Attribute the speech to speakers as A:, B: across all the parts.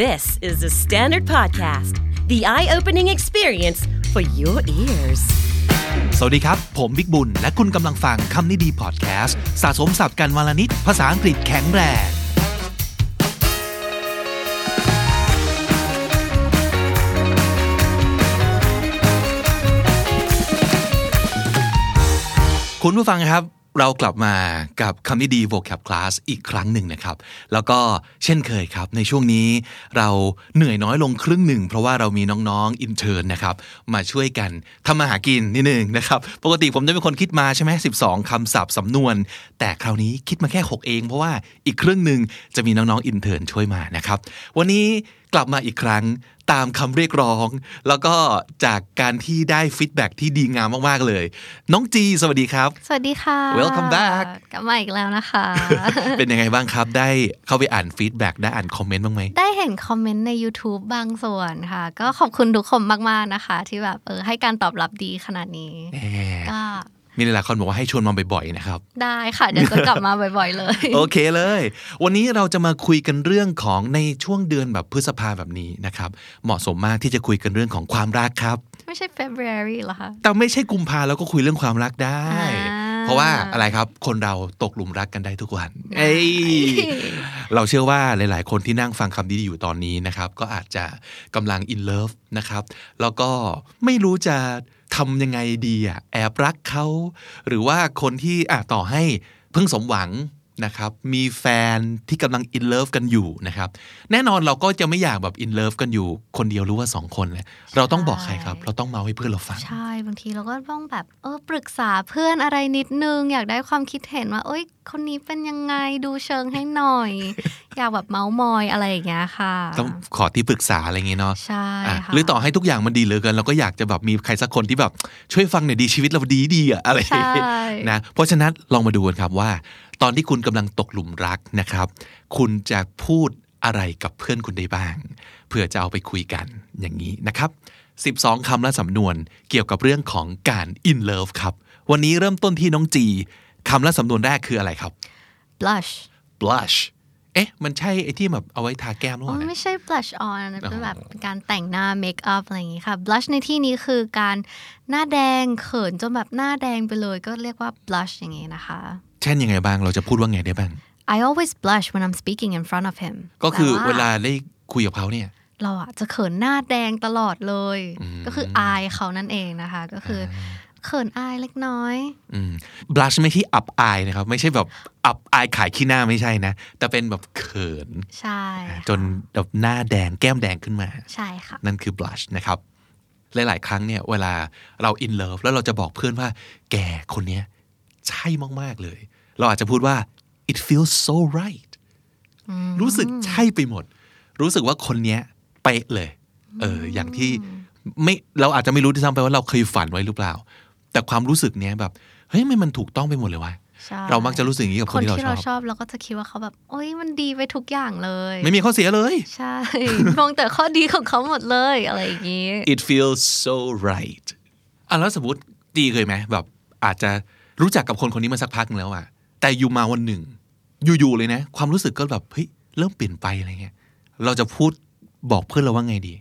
A: This is the Standard Podcast, the eye opening experience for your ears.
B: สวัสดีครับ ผมบิ๊กบุญ และคุณกำลังฟังคำนี้ดีพอดแคสต์สะสมสับกันวลนิด ภาษาอังกฤษแข็งแรง คุณผู้ฟังครับ เรากลับมากับคำนี้ดี vocab class อีกครั้งหนึ่งนะครับ แล้วก็เช่นเคยครับ ในช่วงนี้เราเหนื่อยน้อยลงครึ่งหนึ่ง เพราะว่าเรามีน้องๆอินเทอร์นะครับ มาช่วยกันทำมาหากินนิดนึงนะครับ ปกติผมจะเป็นคนคิดมาใช่ไหม12 คำศัพท์สำนวน แต่คราวนี้คิดมาแค่ 6 เอง เพราะว่าอีกครึ่งหนึ่งจะมีน้องๆอินเทอร์ช่วยมานะครับ วันนี้กลับมาอีกครั้ง ตามคำเรียกร้อง แล้วก็จากการที่ได้ฟีดแบ็ที่ดีงามมากๆเลย น้องจี สวัสดีครับ
C: สวัสดีค่ะ
B: Welcome back
C: กลับมาอีกแล้วนะคะ
B: เป็นยังไงบ้างครับ ได้เข้าไปอ่านฟีดแบ็ได้อ่านคอมเมนต์บ้างไหม
C: ได้เห็นคอมเมนต์ใน YouTube บางส่วนค่ะ ก็ขอบคุณทุกคนมาก ๆ นะคะ ที่แบบเออให้การตอบรับดีขนาดนี้
B: แหม
C: ก็
B: มีหลายๆคนบอกว่าให้ชวนมาบ่อยๆนะครับ
C: ได้ค่ะ เดี๋ยวจะกลับมาบ่อย ๆ เลย
B: โอเคเลย วันนี้เราจะมาคุยกันเรื่องของในช่วงเดือนแบบพฤษภาแบบนี้นะครับ เหมาะสมมากที่จะคุยกันเรื่องของความรักครับ
C: ไม่ใช่ February เหรอคะ
B: แต่ไม่ใช่กุมภาแล้วก็คุยเรื่องความรักได้
C: อ่า
B: เพราะว่าอะไรครับคนเราตกหลุมรักกันได้ทุก วันเอ้ยเราเชื่อว่าหลาย ๆ คนที่นั่งฟังคำดีๆอยู่ตอนนี้นะครับ ก็อาจจะกำลัง in love นะครับ แล้วก็ไม่รู้จะทำยังไงดีอะแอบรักเขา หรือว่าคนที่อ่ะต่อให้เพิ่งสมหวังนะครับ มีแฟนที่กำลัง in love กันอยู่นะครับ แน่นอนเราก็จะไม่อยากแบบ in love กันอยู่คนเดียวหรือว่าสองคนแหละเราต้องบอกใครครับ เราต้องเมาให้เพื่อนเราฟัง
C: ใช่ บางทีเราก็ต้องแบบเออปรึกษาเพื่อนอะไรนิดนึง อยากได้ความคิดเห็นว่าเอ้ย คนนี้เป็นยังไงดูเชิงให้หน่อย อยากแบบเมาส์มอยอะไรอย่างเงี้ยค่ะ
B: ต้องขอที่ปรึกษาอะไรอย่างเงี้ยเนาะ
C: ใช่
B: อ่ะ
C: ค่ะ
B: หรือต่อให้ทุกอย่างมันดีเหลือเกินเราก็อยากจะแบบมีใครสักคนที่แบบช่วยฟังหน่อยดีชีวิตเราดีดีๆอะอะไร
C: ใช่
B: นะเพราะฉะนั้นลองมาดูกันครับว่า ตอนที่คุณกำลังตกหลุมรักนะครับ คุณจะพูดอะไรกับเพื่อนคุณได้บ้างเพื่อจะเอาไปคุยกันอย่างนี้นะครับ 12คำและสำนวนเกี่ยวกับเรื่องของการ in love ครับ วันนี้เริ่มต้นที่น้องจีคำและสำนวนแรกคืออะไรครับ
C: blush
B: blush เอ๊ะมันใช่ไอ้ที่แบบเอาไว้ทาแก้มหรือเป
C: อ๋
B: ล่า
C: อ
B: เนี่ย
C: ไม่ใช่ blush on อันนั้นเป็นแบบการแต่งหน้าเมคอัพอะไรอย่างงี้ค่ะ blush ในที่นี้คือการหน้าแดงเขินจนแบบหน้าแดงไปเลยก็เรียกว่า blush อย่างงี้นะคะ
B: เช่นยังไงบ้างเราจะพูดว่าไงได้บ้าง
C: I always blush when I'm speaking in front of him
B: ก็คือ
C: แป
B: เวลาได้คุยกับเขาเนี่ย
C: เราอะจะเขินหน้าแดงตลอดเลย
B: อืม
C: ก็คืออายเขานั่นเองนะคะ ก็คืออเขินอายเล็กน้อย
B: อืม blush ไม่ใช่อับอายนะครับ ไม่ใช่แบบอับอายขายขี้หน้าไม่ใช่นะ แต่เป็นแบบเขิน
C: ใช่
B: จนแบบหน้าแดงแก้มแดงขึ้นมา
C: ใช่ค่ะ
B: นั่นคือ blush นะครับ หลาย ๆ ครั้งเนี่ย เวลาเรา in love แล้วเราจะบอกเพื่อนว่า แกคนเนี้ยใช่มาก ๆ เลย เราอาจจะพูดว่า it feels so right รู้สึกใช่ไปหมด รู้สึกว่าคนเนี้ยเป๊ะเลย เออ อย่างที่ไม่เราอาจจะไม่รู้ที่ซ้ำไปว่าเราเคยฝันไว้หรือเปล่า แต่ความรู้สึกเนี้ยแบบเฮ้ยมันมันถูกต้องไปหมดเลยวะ
C: ใช่
B: เรามักจะรู้สึกอย่างนี้กับ
C: ค
B: คน
C: น
B: ที่เรา
C: ที่
B: ชอ
C: เรา
B: บ
C: ชอบเราก็จะคิดว่าเขาแบบโอ้ยมันดีไปทุกอย่างเลย
B: ไม่มีข้อเสียเลย
C: ใช่ มองแต่ข้อดีของเขาหมดเลยอะไรอย่างนี้
B: it feels so right อ่ะแล้วสมมติดีเคยไหมแบบอาจจะรู้จักกับคนคนนี้มาสักพักหนึงแล้วอะแต่อยู่มาวันหนึ่ง อยู่ๆเลยนะ ความรู้สึกก็แบบเฮ้ยเริ่มเปลี่ยนไปอะไรเงี้ยเราจะพูดบอกเพื่อนเราว่าไงดี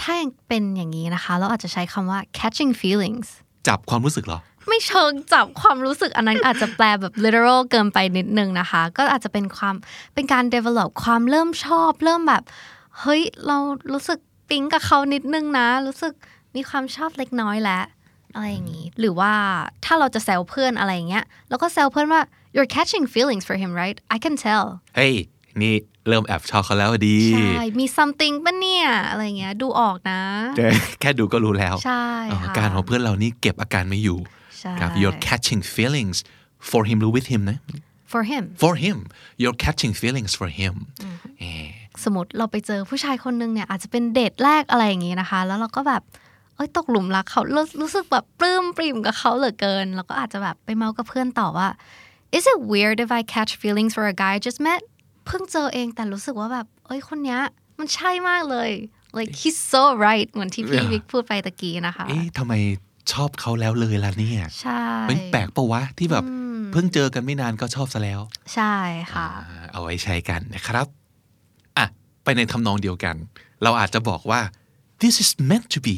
C: ถ้ายังเป็นอย่างนี้นะคะ เราอาจจะใช้คำว่า catching feelings
B: จับความรู้สึกเหรอ
C: ไม่เชิงจับความรู้สึกอันนั้น อาจจะแปลแบบ literal เกินไปนิดนึงนะคะ ก็อาจจะเป็นความเป็นการ develop ความเริ่มชอบ เริ่มแบบ เฮ้ย เรารู้สึกปิ๊งกับเขานิดนึงนะ รู้สึกมีความชอบเล็กน้อยแล้วอะไรอย่างนี้ หรือว่าถ้าเราจะแซวเพื่อนอะไรอย่างเงี้ยเราก็แซวเพื่อนว่า you're catching feelings for him right I can tell
B: เฮ้ย นี่เริ่มแอบชอบเขาแล้วดี
C: ใช่ มี something ป่ะเนี่ย อะไรเงี้ย ดูออกนะ
B: แค่ดูก็รู้แล้ว
C: ใช่
B: อ๋อ
C: ค่ะ
B: การของเพื่อนเรานี่เก็บอาการไม่อยู่
C: ใช่
B: ครับ you're catching feelings for him หรือ with him นะ
C: for him
B: for him you're catching feelings for him เอ่อ
C: สมมติเราไปเจอผู้ชายคนหนึ่งเนี่ย อาจจะเป็นเดทแรกอะไรอย่างงี้นะคะ แล้วเราก็แบบ เอ้ย ตกหลุมรักเขารู้รู้สึกแบบปลื้มปริ่มกับเขาเหลือเกิน แล้วก็อาจจะแบบไปเมากับเพื่อนต่อว่า is it weird if I catch feelings for a guy I just met เพิ่งเจอเองแต่รู้สึกว่าแบบ เอ้ย คนเนี้ยมันใช่มากเลย like he's so right เหมือนที่พี่วิกพูดไปตะกี้นะคะ
B: เอ๊ะทำไมชอบเขาแล้วเลยล่ะเนี่ย
C: ใช่
B: เป็นแปลกปะวะที่แบบเพิ่งเจอกันไม่นานก็ชอบซะแล้ว
C: ใช่ค่ะ
B: อ่าเอาไว้ใช้กันนะครับ อ่ะ ไปในทำนองเดียวกัน เราอาจจะบอกว่า this is meant to be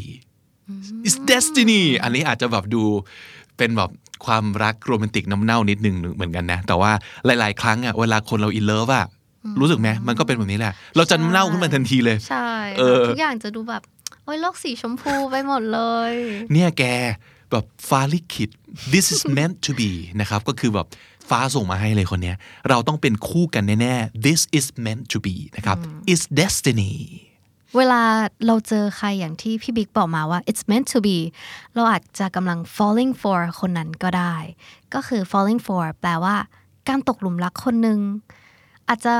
B: it's destiny อันนี้อาจจะแบบดูเป็นแบบความรักโรแมนติกน้ำเน่านิดนึงเหมือนกันนะ แต่ว่าหลาย ๆ ครั้งอะเวลาคนเราอินเลิฟอะรู้สึกไหมมันก็เป็นแบบนี้แหละ เราจะเน่าขึ้นมาทันทีเลย
C: ใช่
B: เออ
C: ทุกอย่างจะดูแบบ โอ้ยโลกสีชมพูไปหมดเลย
B: เนี่ยแกแบบฟ้าลิขิต this is meant to be นะครับ ก็คือแบบฟ้าส่งมาให้เลยคนเนี้ย เราต้องเป็นคู่กันแน่ๆ this is meant to be นะครับ is destiny
C: เวลาเราเจอใครอย่างที่พี่บิ๊กบอกมาว่า it's meant to be เราอาจจะกำลัง falling for คนนั้นก็ได้ ก็คือ falling for แปลว่า การตกหลุมรักคนหนึ่งอาจจะ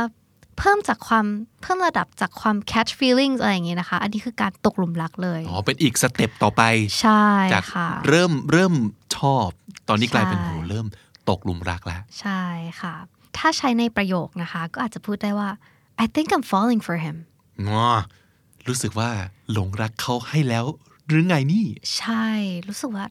C: เพิ่มจากความเพิ่มระดับจากความ catch feelings อะไรอย่างนี้นะคะ อันนี้คือการตกหลุมรักเลย
B: อ๋อ เป็นอีกสเต็ปต่อไป
C: ใช่
B: จาก
C: ค่ะ
B: เริ่มเริ่มชอบ ตอนนี้กลายเป็น
C: ใช่
B: โหเริ่มตกหลุมรักแล้ว
C: ใช่ค่ะ ถ้าใช้ในประโยคนะคะ ก็อาจจะพูดได้ว่า I think I'm falling for him
B: งอรู้สึกว่าหลงรักเขาให้แล้ว หรือไงนี่
C: ใช่ รู้สึกว่า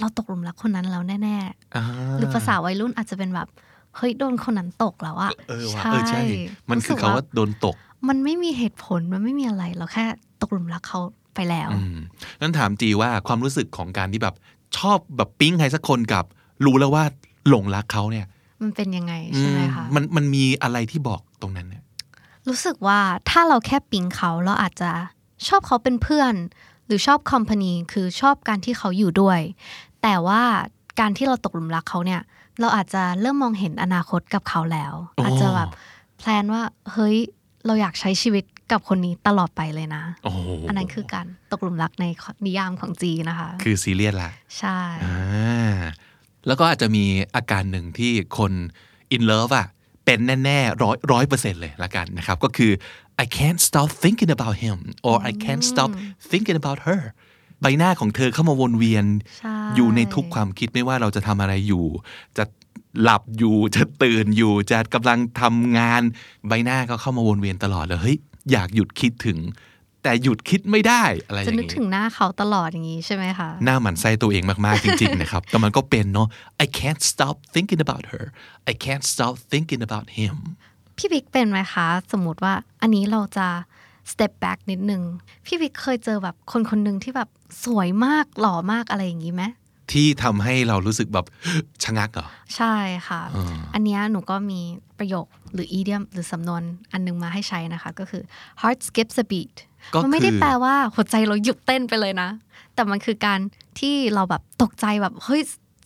C: เราตกหลุมรักคนนั้นแล้วแน่
B: อ่า
C: ๆ หรือภาษาวัยรุ่นอาจจะเป็นแบบ เฮ้ย โดนคนนั้นตกแล้วอะ
B: เออว่ะเออใช่ มัน
C: รู้
B: คื
C: สึ
B: อก เขาว่าโดนตก
C: มันไม่มีเหตุผล มันไม่มีอะไร เราแค่ตกหลุมรักเขาไปแล้ว
B: อืมงั้นถามจีว่าความรู้สึกของการที่แบบชอบแบบปิ๊งใครสักคนกับ รู้แล้วว่าหลงรักเขาเนี่ย
C: มันเป็นยังไงใช่ไหมคะ
B: อืมมันมันมีอะไรที่บอกตรงนั้นเนี่ย
C: รู้สึกว่าถ้าเราแค่ปิ๊งเขาเราอาจจะชอบเขาเป็นเพื่อน หรือชอบคอมพานีคือชอบการที่เขาอยู่ด้วย แต่ว่าการที่เราตกหลุมรักเขาเนี่ย เราอาจจะเริ่มมองเห็นอนาคตกับเขาแล้ว อาจจะแบบแพลนว่า เฮ้ย เราอยากใช้ชีวิตกับคนนี้ตลอดไปเลยนะ
B: โอ้โห
C: อันนั้นคือการตกหลุมรักในนิยามของจีนะคะ
B: คือซีเรียสละ
C: ใช่
B: อ่าแล้วก็อาจจะมีอาการหนึ่งที่คนอินเลิฟอะเป็นแน่ๆร้อยร้อยเปอร์เซ็นต์เลยละกันนะครับ ก็คือ I can't stop thinking about him or I can't stop thinking about her ใบหน้าของเธอเข้ามาวนเวียน
C: ใช่
B: อยู่ในทุกความคิดไม่ว่าเราจะทำอะไรอยู่ จะหลับอยู่ จะตื่นอยู่ จะกำลังทำงานใบหน้าก็เข้ามาวนเวียนตลอดเลยเฮ้ยอยากหยุดคิดถึง แต่หยุดคิดไม่ได้อะไรอย่า
C: จะ
B: ง
C: นึก
B: นี้
C: ถึงหน้าเขาตลอดอย่างนี้ใช่ไหมคะ
B: หน้าหมันไส้ตัวเองมากๆ จริง ๆ นะครับ แต่มันก็เป็นเนาะ I can't stop thinking about her I can't stop thinking about him
C: พี่บิ๊กเป็นไหมคะ สมมติว่าอันนี้เราจะ step back นิดนึง พี่บิ๊กเคยเจอแบบคนคนหนึ่งที่แบบสวยมากหล่อมากอะไรอย่างนี้ไหม
B: ที่ทำให้เรารู้สึกแบบ ชะงัก เหรอ
C: ใช่ค่ะ อันเนี้ยหนูก็มีประโยคหรือ idiom หรือสำนวนอันหนึงมาให้ใช้นะคะ ก็คือ heart skips a beat
B: ก็คือ
C: มัไม่ได้แปลว่าหัวใจเราหยุดเต้นไปเลยนะ แต่มันคือการที่เราแบบตกใจแบบเฮ้ย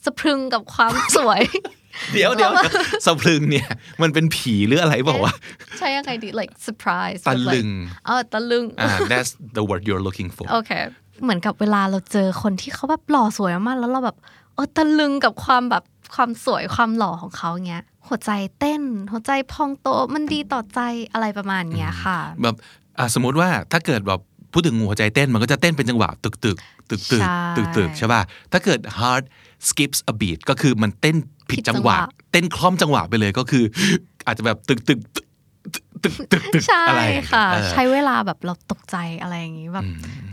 C: สะพรึงกับความสวย
B: เดี๋ยวเดี๋ยว สะพรึงเนี่ย มันเป็นผีหรืออะไรบอกว่า
C: ใช่ยังไงดี like surprise
B: ตะลึง
C: เออตะลึง
B: อ่า that's the word you're looking for
C: โอเค เหมือนกับเวลาเราเจอคนที่เขาแบบหล่อสวยมากๆแล้วเราแบบเออตะลึงกับความแบบความสวยความหล่อของเขาอย่างเงี้ย หัวใจเต้น หัวใจพองโตมันดีต่อใจอะไรประมาณเนี้ยค่ะ
B: แบบอ่ะสมมติว่าถ้าเกิดแบบพูดถึงหัวใจเต้นมันก็จะเต้นเป็นจังหวะตึกตึกตึกตึก
C: ใช่
B: ตึกตึกใช่ป่ะถ้าเกิด heart skips a beat ก็คือมันเต้นผิดจังหวะ
C: ผิดจังหวะ
B: เต้นคล่อมจังหวะไปเลยก็คือ อาจจะแบบตึกตึกตึกตึกตึกตึก
C: ใช่
B: อะไรอย่างเงี้ย
C: ค่ะ
B: เออ
C: ใช้เวลาแบบเราตกใจอะไรอย่างงี้แบบ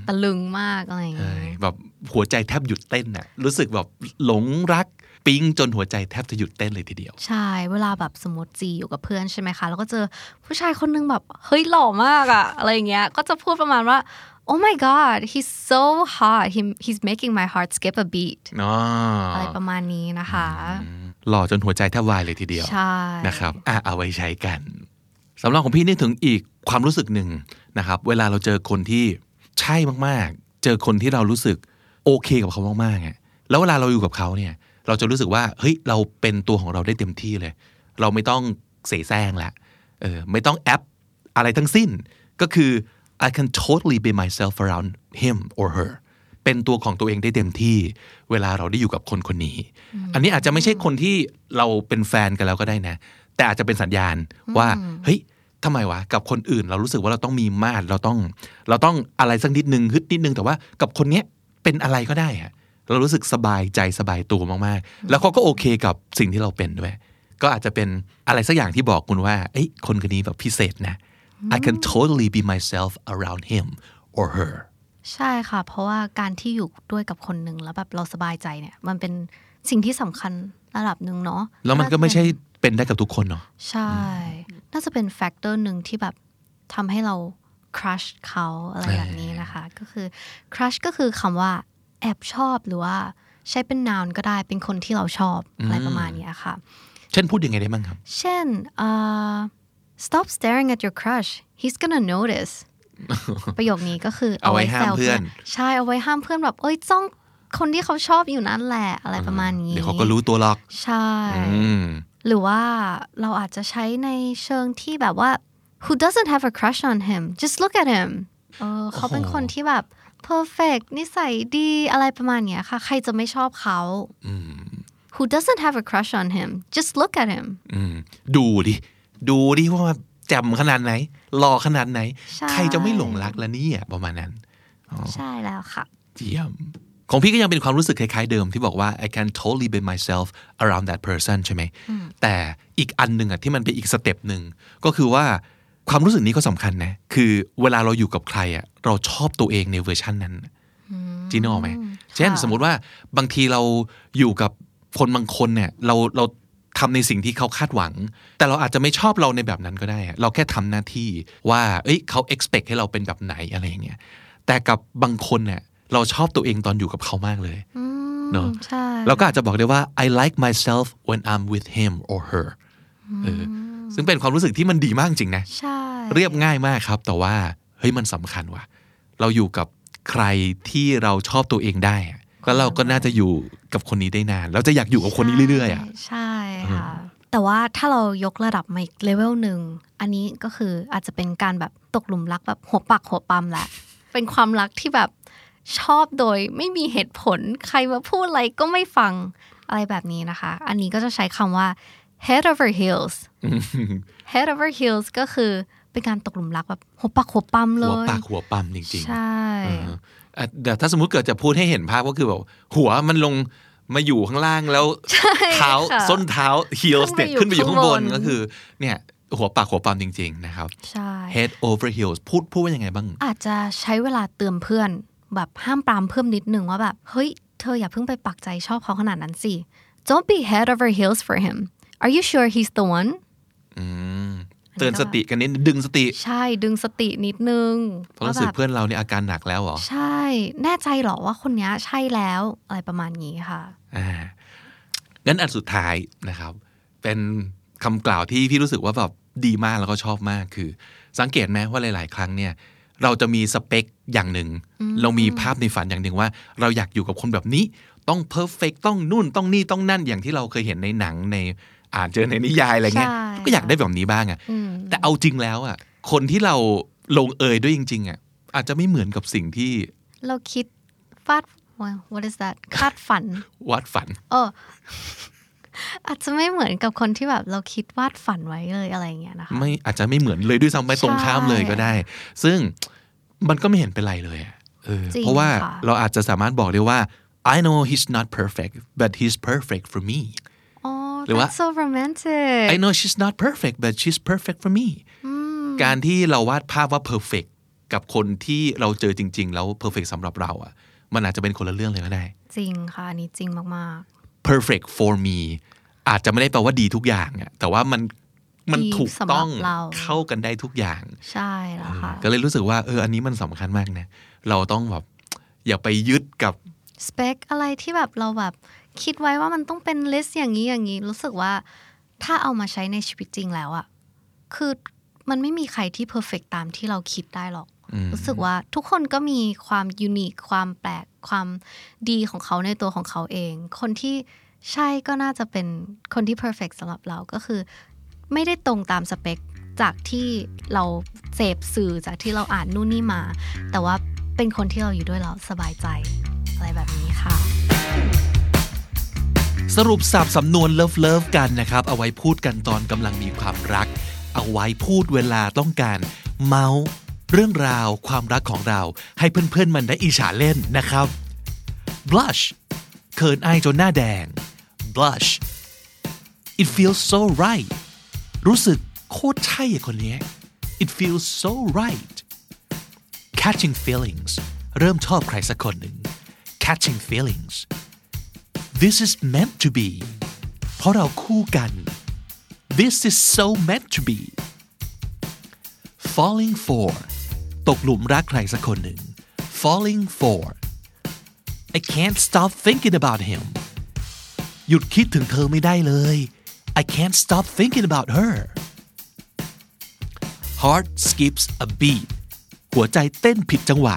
C: ตะลึงมากอะไรอย่าง
B: ใช่
C: งี้
B: แบบหัวใจแทบหยุดเต้นน่ะรู้สึกแบบหลงรักปิ๊งจนหัวใจแทบจะหยุดเต้นเลยทีเดียว
C: ใช่เวลาแบบสมมติจีอยู่กับเพื่อนใช่ไหมคะ แล้วก็เจอผู้ชายคนนึงแบบเฮ้ยหล่อมากอะอะไรอย่างเงี้ยก็จะพูดประมาณว่า oh my god he's so hot he he's making my heart skip a beat
B: อ๋อ
C: อะไรประมาณนี้นะคะ
B: หล่อจนหัวใจแทบวายเลยทีเดียว
C: ใช่
B: นะครับอ่ะเอาไว้ใช้กันสำหรับของพี่นึกถึงอีกความรู้สึกหนึ่งนะครับ เวลาเราเจอคนที่ใช่มากๆ เจอคนที่เรารู้สึกโอเคกับเขามากๆอ่ะแล้วเวลาเราอยู่กับเขาเนี่ย เราจะรู้สึกว่าเฮ้ยเราเป็นตัวของเราได้เต็มที่เลย เราไม่ต้องเสแสร้งละเออไม่ต้องแอปอะไรทั้งสิ้น ก็คือ I can totally be myself around him or her เป็นตัวของตัวเองได้เต็มที่ เวลาเราได้อยู่กับคนคนนี้ อันนี้อาจจะไม่ใช่คนที่เราเป็นแฟนกันแล้วก็ได้นะ แต่อาจจะเป็นสัญญาณว่าเฮ้ยทำไมวะกับคนอื่น เรารู้สึกว่าเราต้องมีมาตรเราต้อง เราต้องอะไรสักนิดนึงฮึดนิดนึงแต่ว่ากับคนเนี้ยเป็นอะไรก็ได้อะเรารู้สึกสบายใจสบายตัวมากๆ แล้วเขาก็โอเคกับสิ่งที่เราเป็นด้วย ก็อาจจะเป็นอะไรสักอย่างที่บอกคุณว่าเอ้ยคนคนนี้แบบพิเศษนะ I can totally be myself around him or her
C: ใช่ค่ะ เพราะว่าการที่อยู่ด้วยกับคนหนึ่งแล้วแบบเราสบายใจเนี่ย มันเป็นสิ่งที่สำคัญระดับหนึ่งเนาะ
B: แล้วมันก็ไม่ใช่เป็นได้กับทุกคนเนาะ
C: ใช่ น่าจะเป็นแฟกเตอร์หนึ่งที่แบบ ทำให้เรา crush เขาอะไรแบบนี้นะคะ ก็คือ crush ก็คือคำว่า แอบชอบหรือว่าใช้เป็น noun ก็ได้เป็นคนที่เราชอบอะไรประมาณเนี้ยค่ะ
B: เช่นพูดยังไงได้บ้างครับ
C: เช่นเอ่อ stop staring at your crush he's gonna notice ประโยคนี้ก็คือ
B: เอาไว้ห้าม
C: แซว
B: เพื่อน
C: ใช่ เอาไว้ห้ามเพื่อนแบบ เอ้ยจ้องคนที่เขาชอบอยู่นั่นแหละ อะไรประมาณนี้
B: เดี๋ยวเขาก็รู้ตัวหรอก
C: ใช่
B: อืม
C: หรือว่าเราอาจจะใช้ในเชิงที่แบบว่า who doesn't have a crush on him just look at him เออเขาเป็นคนที่แบบ perfect นิสัยดีอะไรประมาณเนี้ยค่ะ ใครจะไม่ชอบเขา who doesn't have a crush on him just look at him
B: อืมดูดิ ดูดิว่าแจ่มขนาดไหน หล่อขนาดไหน
C: ใช่
B: ใครจะไม่หลงรักละเนี่ยประมาณนั้น
C: ใช่แล้วค่ะ
B: เยี่ยม ของพี่ก็ยังเป็นความรู้สึกคล้ายๆเดิมที่บอกว่า I can totally be myself around that person ใช่ไหม แต่อีกอันหนึ่งอ่ะที่มันเป็นอีกสเต็ปหนึ่ง ก็คือว่าความรู้สึกนี้ก็สำคัญนะ คือเวลาเราอยู่กับใครอ่ะเราชอบตัวเองในเวอร์ชันนั้นจีนกออกไหม เช่นสมมุติว่าบางทีเราอยู่กับคนบางคนเนี่ยเราเราทำในสิ่งที่เขาคาดหวัง แต่เราอาจจะไม่ชอบเราในแบบนั้นก็ได้อะเราแค่ทำหน้าที่ว่า เอ้ยเขา expect ให้เราเป็นแบบไหนอะไรอย่างเงี้ย แต่กับบางคนเนี่ยเราชอบตัวเองตอนอยู่กับเขามากเลย
C: อืม
B: เนอะ
C: ใช่
B: เราก็อาจจะบอกได้ว่า I like myself when I'm with him or her เออซึ่งเป็นความรู้สึกที่มันดีมากจริงนะ
C: ใช่
B: เรียบง่ายมากครับ แต่ว่าเฮ้ยมันสำคัญว่ะ เราอยู่กับใครที่เราชอบตัวเองได้อะก็เราก็น่าจะอยู่กับคนนี้ได้นานเราจะอยากอยู่กับคนนี้เรื่อยๆอ่ะ
C: ใช่ค่ะ แต่ว่าถ้าเรายกระดับมาอีกเลเวลหนึ่ง อันนี้ก็คืออาจจะเป็นการแบบตกหลุมรักแบบหัวปักหัวปั๊มแหละ เป็นความรักที่แบบชอบโดยไม่มีเหตุผลใครมาพูดอะไรก็ไม่ฟังอะไรแบบนี้นะคะ อันนี้ก็จะใช้คำว่า head over heels head over heels ก็คือเป็นการตกหลุมรักแบบหัวปักหัวปั๊มเล
B: หัวย ปากหัวปั๊มจริง
C: ใช่
B: ๆอ่ะแต่ถ้าสมมุติเกิดจะพูดให้เห็นภาพก็คือแบบหัวมันลงมาอยู่ข้างล่างแล้วเท้า
C: ค่ะ
B: ส้นเท้า heels เนี่ย
C: ขึ้
B: ขึ้น
C: น
B: ไปอ
C: ไปอยู่
B: ยู่ข้างบน
C: ข้างบน
B: ก็คือเนี่ยหัวปากหัวปั๊มจริง ๆ นะครับ
C: ใช่
B: head over heels พูดพูดว่ายังไงบ้าง
C: อาจจะใช้เวลาเตือนเพื่อนแบบห้ามปรามเพื่อนนิดหนึ่งว่าแบบ เฮ้ย เธออย่าเพิ่งไปปักใจชอบเขาขนาดนั้นสิ Don't be head over heels for him Are you sure he's the one
B: เตือนสติกันนิดดึงสติ
C: ใช่ดึงสตินิดนึง
B: เพราะรู้สึก
C: ว่าแบบ
B: เพื่อนเราเนี่ยอาการหนักแล้วเหรอ
C: ใช่ แน่ใจเหรอว่าคนเนี้ยใช่แล้วอะไรประมาณนี้ค่ะ
B: อ่างั้นอันสุดท้ายนะครับ เป็นคำกล่าวที่พี่รู้สึกว่าแบบดีมากแล้วก็ชอบมากคือ สังเกตไหมว่าหลาย ๆ ครั้งเนี่ย เราจะมีสเปคอย่างหนึ่ง เรามีภาพในฝันอย่างหนึ่งว่า เราอยากอยู่กับคนแบบนี้ ต้องเพอร์เฟกต้องนู่นต้องนี่ต้องนั่นอย่างที่เราเคยเห็นในหนังในอ่านเจอในนิยายอะไรเงี้ย
C: ใช่
B: ก็อยากได้แบบนี้บ้างอะ
C: อืม
B: แต่เอาจริงแล้วอ่ะคนที่เราลงเอยด้วยจริง ๆอ่ะอาจจะไม่เหมือนกับสิ่งที่
C: เราคิดฟาด what is that คาดฝัน
B: วาดฝัน
C: เอออาจจะไม่เหมือนกับคนที่แบบเราคิดวาดฝันไว้เลยอะไรอย่างเงี้ยนะคะ
B: ไม่อาจจะไม่เหมือนเลยด้วยซ้ำไป
C: ใช่
B: ตรงข้ามเลยก็ได้ ซึ่งมันก็ไม่เห็นเป็นไรเลยอะเออ
C: จริง
B: เพราะว่า
C: ค่ะ
B: เราอาจจะสามารถบอกได้ว่า I know he's not perfect but he's perfect for me
C: อ๋อ
B: หรือว่า
C: that's so romantic
B: I know she's not perfect but she's perfect for me การที่เราวาดภาพว่า perfect กับคนที่เราเจอจริง ๆ แล้ว perfect สำหรับเราอ่ะมันอาจจะเป็นคนละเรื่องเลยก็ได้
C: จริงค่ะ อันนี้จริงมาก
B: perfect for me อาจจะไม่ได้แปลว่าดีทุกอย่างอะแต่ว่ามันมัน
C: ดี
B: ถูกต้อง
C: สำหรับเรา
B: เข้ากันได้ทุกอย่าง
C: ๆ ใช่แล้วค่ะ
B: ก็เลยรู้สึกว่าเอออันนี้มันสำคัญมากนะ เราต้องแบบ อย่าไปยึดกับ
C: สเปคอะไรที่แบบเราแบบคิดไว้ว่ามันต้องเป็นลิสต์อย่างนี้อย่างนี้ รู้สึกว่าถ้าเอามาใช้ในชีวิตจริงแล้วอะคือมันไม่มีใครที่เพอร์เฟกตามที่เราคิดได้หรอก รู้สึกว่าทุกคนก็มีความยูนิคความแปลกความดีของเขาในตัวของเขาเอง คนที่ใช่ก็น่าจะเป็นคนที่เพอร์เฟกสำหรับเราก็คือ ไม่ได้ตรงตามสเปคจากที่เราเสพสื่อจากที่เราอ่านนู่นนี่มา แต่ว่าเป็นคนที่เราอยู่ด้วยเราสบายใจ อะไรแบบนี้ค่ะ
B: สรุปสับสำนวนเลิฟเลิฟๆกันนะครับ เอาไว้พูดกันตอนกำลังมีความรัก เอาไว้พูดเวลาต้องการ เมาส์เรื่องราวความรักของเรา ให้เพื่อนๆมันได้อิจฉาเล่นนะครับ blush เขินอายจนหน้าแดง blush it feels so right รู้สึกโคตรใช่อะคนเนี้ย it feels so right catching feelings เริ่มชอบใครสักคนหนึ่ง catching feelings this is meant to be เพราะเราคู่กัน this is so meant to be falling for ตกหลุมรักใครสักคนหนึ่ง falling for I can't stop thinking about him หยุดคิดถึงเธอไม่ได้เลย I can't stop thinking about her heart skips a beat หัวใจเต้นผิดจังหวะ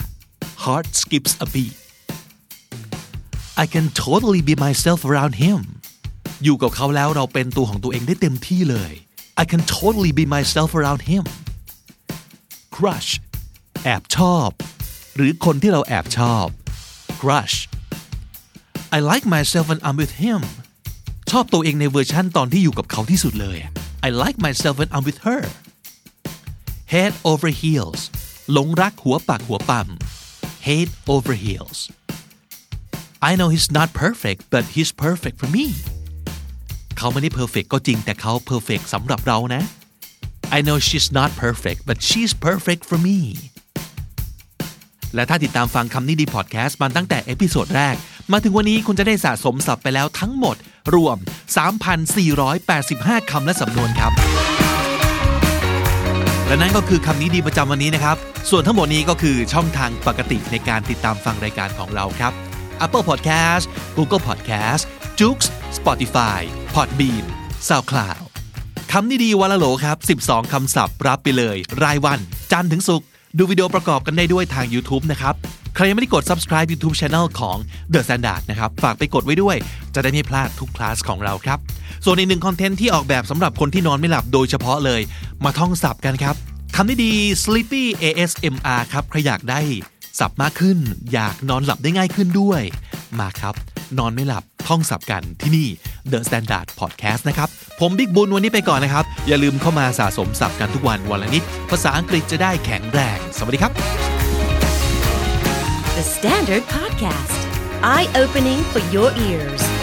B: heart skips a beat I can totally be myself around him อยู่กับเขาแล้วเราเป็นตัวของตัวเองได้เต็มที่เลย I can totally be myself around him crush แอบชอบ หรือคนที่เราแอบชอบ crush I like myself when I'm with him ชอบตัวเองในเวอร์ชั่นตอนที่อยู่กับเขาที่สุดเลย I like myself when I'm with her head over heels หลงรักหัวปักหัวปั๊ม head over heels I know he's not perfect but he's perfect for me เขาไม่ได้ perfect ก็จริงแต่เขา perfect สำหรับเรานะ I know she's not perfect but she's perfect for me และถ้าติดตามฟังคำนี้ดีพอดแคสต์มาตั้งแต่เอพิโซดแรก มาถึงวันนี้คุณจะได้สะสมศัพท์ไปแล้วทั้งหมด รวม 3,485 คำและสำนวนครับ และนั่นก็คือคำนี้ดีประจำวันนี้นะครับ ส่วนทั้งหมดนี้ก็คือช่องทางปกติในการติดตามฟังรายการของเราครับ Apple Podcast Google Podcast j o o x Spotify Podbean SoundCloud คำนี้ดีวันละโหลครับ 12 คำศัพท์รับไปเลย รายวัน จันทร์ถึงศุกร์ดูวิดีโอประกอบกันได้ด้วยทาง YouTube นะครับ ใครยังไม่ได้กด subscribe YouTube Channel ของ The Standard นะครับ ฝากไปกดไว้ด้วย จะได้ไม่พลาดทุกคลาสของเราครับ ส่วนอีกหนึ่งคอนเทนต์ที่ออกแบบสำหรับคนที่นอนไม่หลับโดยเฉพาะเลย มาท่องศัพท์กันครับ คำนี้ดี sleepy ASMR ครับ ใครอยากได้ศัพท์มากขึ้น อยากนอนหลับได้ง่ายขึ้นด้วย มาครับ นอนไม่หลับท่องศัพท์กันที่นี่ The Standard Podcast นะครับ ผมบิ๊กบุญวันนี้ไปก่อนนะครับ อย่าลืมเข้ามาสะสมศัพท์กันทุกวันวันละนิด ภาษาอังกฤษจะได้แข็งแรง สวัสดีครับ
A: The Standard Podcast, eye opening for your ears.